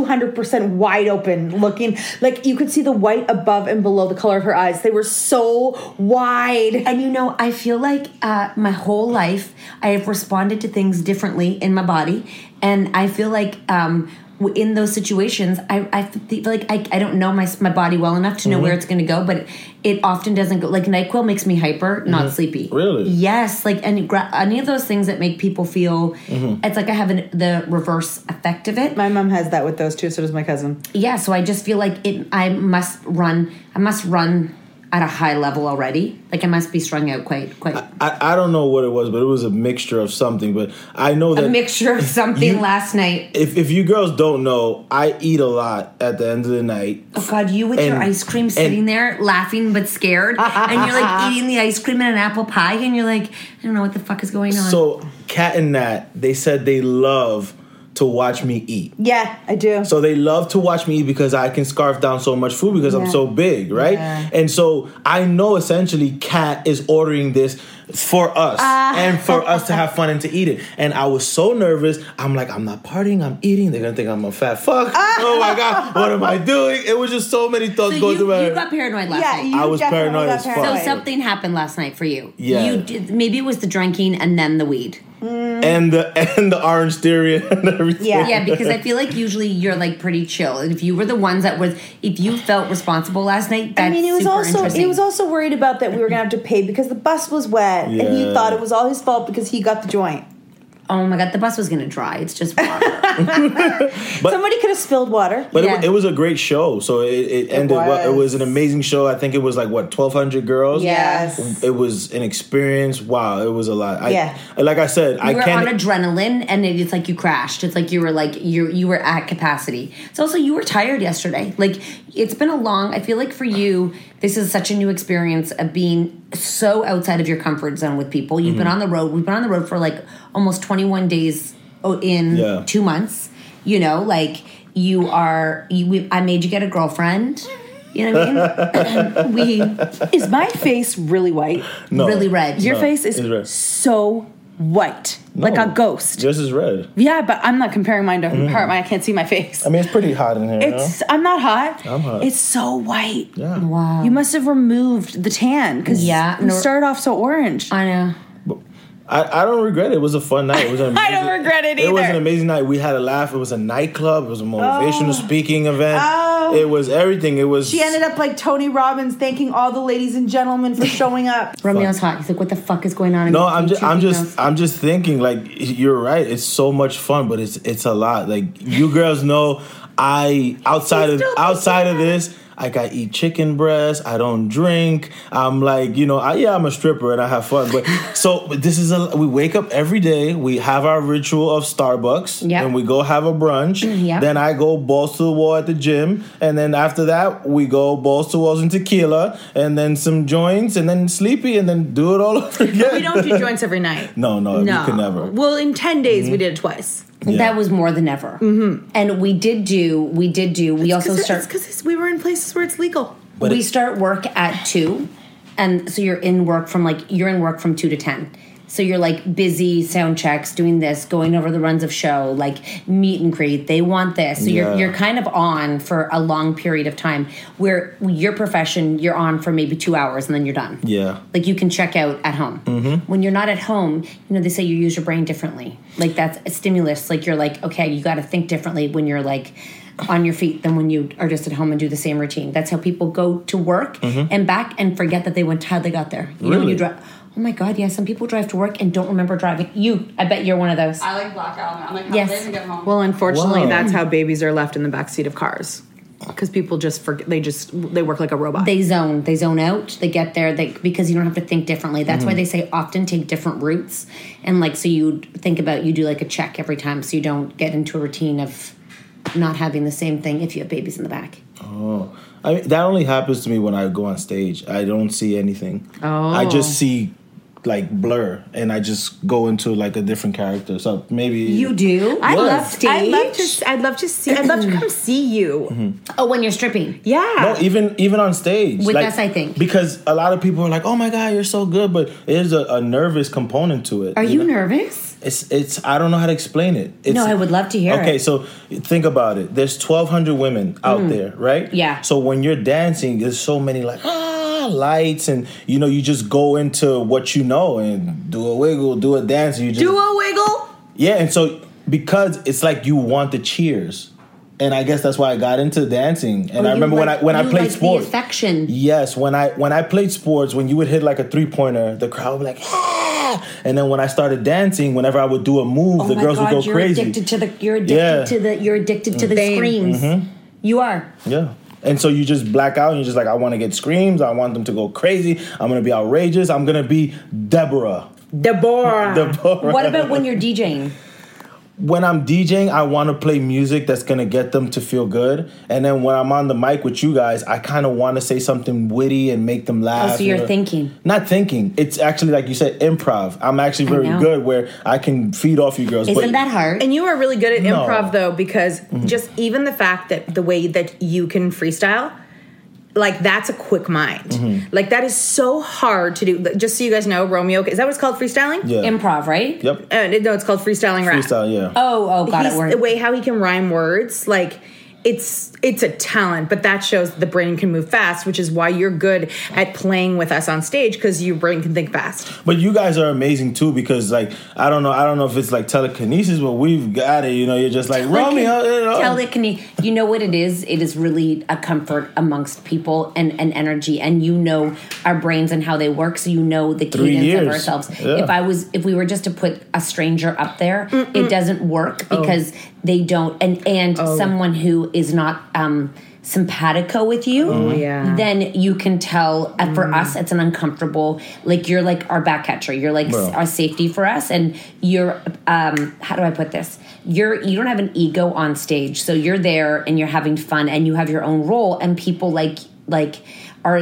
S6: 200% wide open, looking like you could see the white above and below the color of her eyes. They were so wide.
S4: And you know, I feel like uh, my whole life I have responded to things differently in my body, and I feel like um, w- in those situations, I, I f- feel like I, I don't know my s- my body well enough to know
S2: Mm-hmm.
S6: Mhm.
S4: where it's going to go, but it, it often doesn't go. Like Nyquil makes me hyper, not
S2: Mm-hmm.
S6: Mhm.
S4: sleepy.
S6: Really?
S4: Yes. Like any gra- any of those things that make people feel.
S2: Mm-hmm.
S4: It's like I have an, the reverse effect of it.
S6: My mom has that with those too. So does my cousin.
S4: Yeah. So I just feel like it. I must run. I must run at a high level already. Like I must be strung out quite quite.
S2: I, I don't know what it was, but it was a mixture of something. But I know that
S4: a mixture of something
S2: You-
S4: last night.
S2: If if you girls don't know, I eat a lot at the end of the night.
S4: Oh God, you with your
S2: And-
S4: ice cream
S2: and-
S4: sitting there laughing but scared, and you're like eating the ice cream and an apple pie, and you're like, I don't know what the fuck is going on.
S2: So Cat and Nat, they said they love to watch me eat.
S6: Yeah, I do.
S2: So they love to watch me eat because I can scarf down so much food because I'm
S6: Yeah.
S2: so big, right?
S6: Yeah.
S2: And so I know essentially Cat is ordering this for us
S6: Ah.
S2: and for us to have fun and to eat it. And I was so nervous. I'm like, I'm not partying, I'm eating. They're gonna think I'm a fat fuck. Oh my god, what am I doing? It was just so many thoughts
S4: Ah. So
S2: going
S4: you,
S2: through my
S4: you
S2: head.
S4: got paranoid last
S2: Yeah,
S4: night.
S2: you I was definitely paranoid got as fuck. paranoid.
S4: So something happened last night for you.
S2: Yeah.
S4: You did, maybe it was the drinking and then the weed.
S2: and the and the orange theory and everything.
S4: Yeah. yeah, because I feel like usually you're like pretty chill. And if you were the ones that was, if you felt responsible last night, that's
S6: I mean, he was
S4: super
S6: also
S4: interesting.
S6: he was also worried about that we were gonna have to pay because the bus was wet, and he
S4: Yeah.
S6: thought it was all his fault because he got the joint.
S4: Oh my god, the bus was gonna dry. It's just water.
S6: Somebody could have spilled water.
S2: But it, wa- it was a great show. So it, it ended well. It was an amazing show. I think it was like what twelve hundred girls.
S4: Yes.
S2: it was an experience. Wow, it was a lot. I,
S4: Yeah.
S2: like I said, I
S4: you were
S2: can't.
S4: on adrenaline and it- it's like you crashed it's like you were like you you were at capacity it's also you were tired yesterday like it's been a long i feel like for you this is such a new experience of being so outside of your comfort zone with people you've
S2: Mm-hmm.
S4: been
S6: Mhm.
S4: on the road we've been on the road for like almost 21 days oh, in
S6: Yeah.
S4: two months you know like you are you, we, i made you get a girlfriend you know what I mean? we
S6: is my face really white?
S4: No. Really red.
S6: Your
S4: No,
S6: face is
S4: it's red.
S6: so
S14: white, like a ghost.
S2: Yours Oh. is red.
S14: Yeah, but I'm not comparing mine to
S2: Mm.
S14: her. Mine, I can't see my face.
S2: I mean, it's pretty hot in here. you
S14: It's I'm not hot.
S2: I'm hot.
S14: It's so white.
S2: Yeah.
S14: Wow. You must have removed the tan because
S2: Yeah,
S14: you
S2: no-
S14: started off so orange. I know.
S2: know? I, I don't regret it. It was a fun night. It was an amazing,
S14: I don't regret it
S2: It was an
S14: either.
S2: amazing night. We had a laugh. It was a nightclub. It was a motivational
S6: Oh.
S2: speaking event.
S6: Oh.
S2: It was everything. It was
S6: She ended up like Tony Robbins, thanking all the ladies and gentlemen for showing up.
S4: Romeo's hot. He's like, what the fuck is going on? in
S2: No,
S4: between
S2: I'm just,
S4: two
S2: I'm
S4: females?"
S2: just, I'm just thinking. Like you're right. It's so much fun, but it's, it's a lot. Like you girls know, I outside of outside of this, like I eat chicken breast. I don't drink. I'm like, you know, I, yeah, I'm a stripper and I have fun. But so but this is a. We wake up every day. We have our ritual of Starbucks,
S4: Yep. Mm,
S2: and we go have a brunch.
S4: Yep.
S2: Then I go balls to the wall at the gym, and then after that we go balls to walls and tequila, and then some joints, and then sleepy, and then do it all over again.
S6: We don't do joints every night.
S2: No, no,
S6: No.
S2: we could never.
S6: Well, in 10 days, we
S2: Mhm.
S6: did it twice.
S4: That was more than ever. Mm-hmm. And we did do, we did do, we also start.
S6: because we were in places where it's legal.
S4: we start work at two. And so you're in work from like, you're in work from two to 10. So you're like busy sound checks, doing this, going over the runs of show, like meet and greet. They want this. So
S13: Yeah.
S4: you're, you're kind of on for a long period of time where your profession, you're on for maybe two hours and then you're done.
S2: Yeah.
S4: Like you can check out at home. Mm-hmm. When you're not at home, you know, they say you use your brain differently. Like that's a stimulus. Like you're like, okay, you got to think differently when you're like on your feet than when you are just at home and do the same routine. That's how people go to work
S13: Mhm.
S4: and back and forget that they went how they got there. You know, when
S13: Really?
S4: you drive. Oh my God, yeah, some people drive to work and don't remember driving. You, I bet you're one of those.
S12: I like black out. I'm like, how did I
S4: Yes.
S12: even get home?
S4: Well,
S6: Unfortunately,
S4: Wow.
S6: that's how babies are left in the backseat of cars. Because people just forget, they just, they work like a robot.
S4: They zone. They zone out. They get there. They because you don't have to think differently. That's why
S6: Mhm.
S4: they
S2: Mm-hmm.
S4: say often take different routes, and like so you think about you do like a check every time, so you don't get into a routine of not having the same thing if you have babies in the back.
S2: Oh, I mean, that only happens to me when I go on stage. I don't see anything.
S4: Oh.
S2: I just see like blur, and I just go into like a different character. So maybe
S4: do.
S6: I
S2: Yes.
S6: love stage. I'd love to. I'd love to see. I'd love to come see you.
S2: Mhm.
S4: Oh, when you're stripping.
S6: Yeah.
S2: No, even even on stage.
S6: With
S2: like,
S6: us, I think.
S2: because a lot of people are like, "Oh my god, you're so good," but there's a, a nervous component to it.
S4: Are you
S2: know?
S4: nervous?
S2: It's it's I don't know how to explain it. It's,
S4: No, I would love to hear
S2: Okay,
S4: it.
S2: so think about it. There's 1,200 women out
S4: Mm.
S2: there, right?
S4: Yeah.
S2: So when you're dancing, there's so many like ah lights, and you know you just go into what you know and do a wiggle, do a dance. You just
S6: Do a wiggle.
S2: yeah, and so because it's like you want the cheers, and I guess that's why I got into dancing. And
S4: Or
S2: I
S4: you
S2: remember when I
S4: like-
S2: when I
S4: you
S2: played
S4: like the
S2: sports,
S4: affection.
S2: Yes, when I when I played sports, when you would hit like a three pointer, the crowd would be like. "Ah!" And then when I started dancing, whenever I would do a move,
S4: oh
S2: the
S4: my
S2: girls
S4: God,
S2: would go
S4: you're
S2: crazy.
S4: addicted to the. You're addicted
S2: Yeah.
S4: to the. You're addicted to the screams.
S2: Mhm.
S4: You are.
S2: Yeah. And so you just black out and you're just like, I want to get screams. I want them to go crazy. I'm going to be outrageous. I'm going to be Deborah.
S6: Deborah.
S2: Deborah.
S4: Ah. What about when you're DJing?
S2: When I'm DJing, I want to play music that's going to get them to feel good. And then when I'm on the mic with you guys, I kind of want to say something witty and make them laugh.
S4: Oh, so you're
S2: or-
S4: thinking.
S2: Not thinking. It's actually, like you said, improv. I'm actually
S4: I
S2: very
S4: know.
S2: good where I can feed off you girls. but-
S4: hard?
S6: And you are really good at
S2: No. Mm-hmm.
S6: improv, though, because just even the fact that the way that you can freestyle, like that's a quick mind.
S2: Mhm.
S6: Like that is so hard to do. Like, Just so you guys know, Romeo is that what's called freestyling?
S2: Yeah.
S4: Improv, right?
S2: Yep.
S6: Uh, no, it's called freestyling rap.
S2: Freestyle, yeah.
S4: Oh, oh, got it,
S6: He's-
S4: word.
S6: The way how he can rhyme words, like. It's it's a talent, but that shows the brain can move fast, which is why you're good at playing with us on stage because your brain can think fast.
S2: But you guys are amazing too because like I don't know I don't know if it's like telekinesis but we've got it you know you're just like Romeo you know.
S4: Telecine. You know what it is? It is really a comfort amongst people and, and energy, and you know our brains and how they work, so you know the
S13: Three
S4: cadence
S13: years.
S4: of ourselves.
S13: Yeah.
S4: If I was, if we were just to put a stranger up there, it doesn't work
S13: Oh.
S4: because they don't, and and
S13: Oh.
S4: someone who is not. um simpatico with you
S13: Oh, yeah.
S4: then you can tell uh, for us it's an uncomfortable like you're like our back catcher you're like
S13: Bro.
S4: s- our safety for us and you're um how do i put this you're you don't have an ego on stage so you're there and you're having fun and you have your own role and people like like are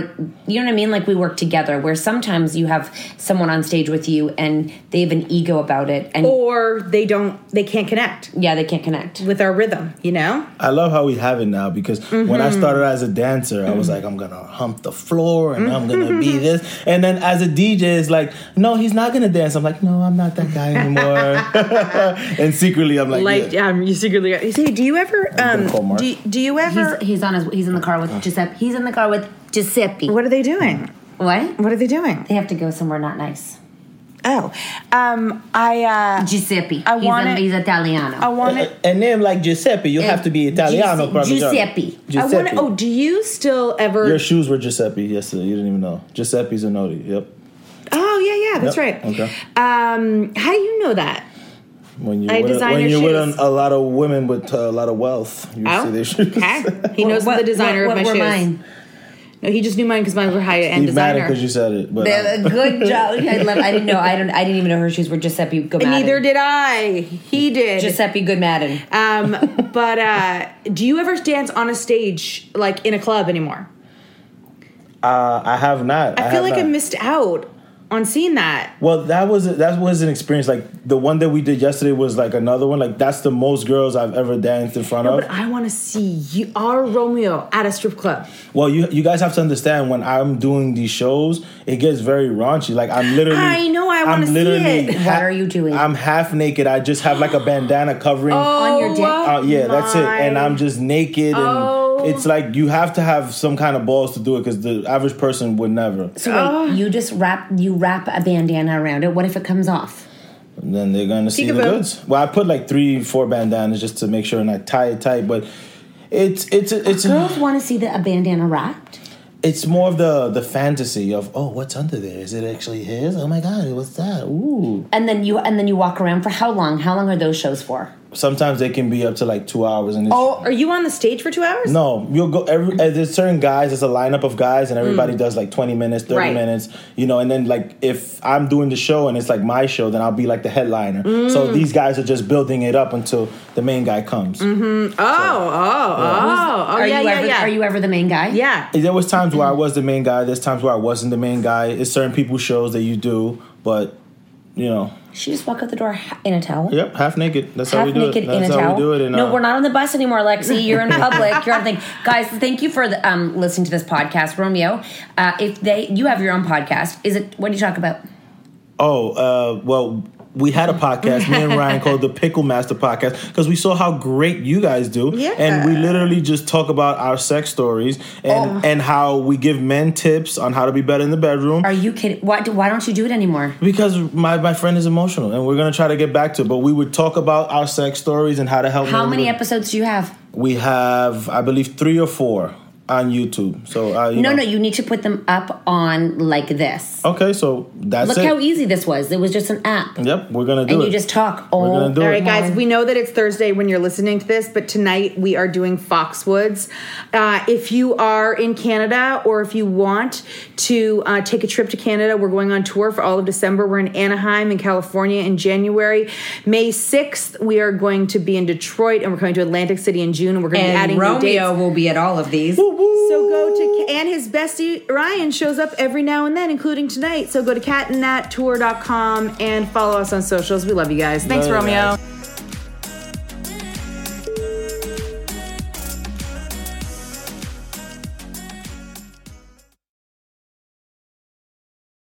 S4: you know what I mean? Like we work together. Where sometimes you have someone on stage with you and they have an ego about it, and
S6: or they don't, they can't connect.
S4: Yeah, they can't connect
S6: with our rhythm. You know,
S2: I love how we have it now because when I
S4: Mm-hmm.
S6: Mhm.
S2: started as a dancer, I was like, I'm gonna hump the floor and I'm gonna
S4: Mm-hmm.
S2: be this. And then as a DJ, it's like, no, he's not gonna dance. I'm like, no, I'm not that guy anymore. and secretly, I'm like,
S6: like
S2: yeah.
S6: um, you secretly. You say, do you ever?
S2: gonna call
S6: Um,
S2: Mark.
S6: do, do you ever?
S4: He's, he's on his. He's in the car with Giuseppe. He's in the car with Giuseppe.
S6: What are they doing?
S4: What?
S6: What are they doing?
S4: They have to go somewhere not nice.
S6: Oh, um, I uh,
S4: Giuseppe.
S6: I
S4: he's,
S6: wanna-
S4: a, he's Italiano.
S6: I want it.
S2: And name like Giuseppe, you have to be Italiano, probably.
S6: I
S2: Giuseppe.
S6: want to. Oh, do you still ever?
S2: Your shoes were Giuseppe yesterday. You didn't even know. Giuseppe Zanotti. Yep.
S6: oh yeah, yeah, that's
S2: Yep.
S6: right.
S2: Okay.
S6: Um, how do you know that?
S2: When you
S6: I
S2: with,
S6: design
S2: when
S6: your
S2: you're
S6: shoes.
S2: with a lot of women with uh, a lot of wealth, you
S6: Oh,
S2: see their shoes.
S6: He knows I'm the designer
S4: what
S6: of my
S4: were
S6: shoes.
S4: mine?
S6: No, he just knew mine because mine were high end
S2: He's mad
S6: designer.
S2: because you said it, but
S4: They- good job. I, love, I didn't know. I don't. I didn't even know her shoes were Giuseppe Gomadden.
S6: Neither did I. He did.
S4: Giuseppe Goodmadden.
S6: Um, but uh, do you ever dance on a stage like in a club anymore?
S2: uh, I have not.
S6: I, feel
S2: have
S6: like
S2: not.
S6: I missed out on seeing that.
S2: Well, that was that was an experience. Like the one that we did yesterday was like another one. Like that's the most girls I've ever danced in front
S6: No,
S2: of.
S6: but I want to see you, our Romeo, at a strip club.
S2: well, you you guys have to understand when I'm doing these shows, it gets very raunchy. Like I'm literally,
S6: I know, I
S2: I'm
S6: wanna see
S2: literally
S6: it.
S2: ha-
S6: What are you doing?
S2: I'm half naked. I just have like a bandana covering
S6: Oh, On your dick?
S2: Uh, yeah, that's it. And
S6: my-
S2: I'm just naked, and
S6: Oh.
S2: it's like you have to have some kind of balls to do it because the average person would never.
S4: So wait,
S6: Ah.
S4: you just wrap you wrap a bandana around it. What if it comes off?
S2: then they're gonna see the
S4: Peekaboo.
S2: goods. Well, I put like three, four bandanas just to make sure, and I tie it tight. But it's it's it's
S4: Girls want to see the, a bandana wrapped.
S2: it's more of the the fantasy of oh, what's under there? Is it actually his? Oh my god, what's that? Ooh.
S4: And then you and then you walk around for how long? How long are those shows for?
S2: Sometimes they can be up to like two hours, and it's,
S6: Oh, are you on the stage for two hours?
S2: no, you'll go. Every, uh, there's certain guys. There's a lineup of guys, and everybody
S6: Mm.
S2: does like 20 minutes, 30
S6: Right.
S2: minutes, you know. And then like if I'm doing the show and it's like my show, then I'll be like the headliner. So
S6: Mm.
S2: these guys are just building it up until the main guy comes.
S6: Mm-hmm. Oh, oh, oh, oh,
S4: Are
S6: yeah,
S4: you
S6: yeah,
S4: ever-
S6: yeah.
S4: Are you ever the main guy?
S6: Yeah.
S2: There was times
S4: Mm-hmm.
S2: where I was the main guy. There's times where I wasn't the main guy. It's certain people shows that you do, but you know,
S4: She just walk out the door ha- in a towel.
S2: yep, half naked. That's how
S4: Half
S2: we do
S4: naked
S2: it.
S4: in a
S2: That's how
S4: towel.
S2: we do it. And,
S4: no,
S2: uh,
S4: we're not on the bus anymore, Lexi. You're in public. You're on thing. Guys, thank you for the, um, listening to this podcast, Romeo. Uh, if they, you have your own podcast. Is it? What do you talk about?
S2: Oh, uh, well, we had a podcast, me and Ryan, called the Pickle Master Podcast because we saw how great you guys do,
S6: Yeah.
S2: and we literally just talk about our sex stories and
S4: Oh.
S2: and how we give men tips on how to be better in the bedroom.
S4: Are you kidding? Why, do- why don't you do it anymore?
S2: Because my, my friend is emotional, and we're gonna try to get back to it. But we would talk about our sex stories and how to help.
S4: How
S2: men
S4: many
S2: with-
S4: episodes do you have?
S2: We have, I believe, three or four on YouTube. So uh, you
S4: no,
S2: know.
S4: no, you need to put them up on like this.
S2: Okay, so that's
S4: Look
S2: it.
S4: how easy this was. It was just an app.
S2: yep, we're gonna do
S4: And
S2: it.
S4: you just talk Oh,
S2: We're
S4: all
S2: gonna do
S6: All
S2: it.
S6: right, guys, we know that it's Thursday when you're listening to this, but tonight we are doing Foxwoods. Uh, if you are in Canada or if you want to uh, take a trip to Canada, we're going on tour for all of December. We're in Anaheim in California in January. May 6th, we are going to be in Detroit and we're coming to Atlantic City in June. And we're going to be adding new dates.
S4: will be at all of these.
S6: So go to and his bestie Ryan shows up every now and then, including tonight. So go to catandthattour.com and follow us on socials. We love you guys. Thanks,
S2: Love you
S6: Romeo.
S2: guys.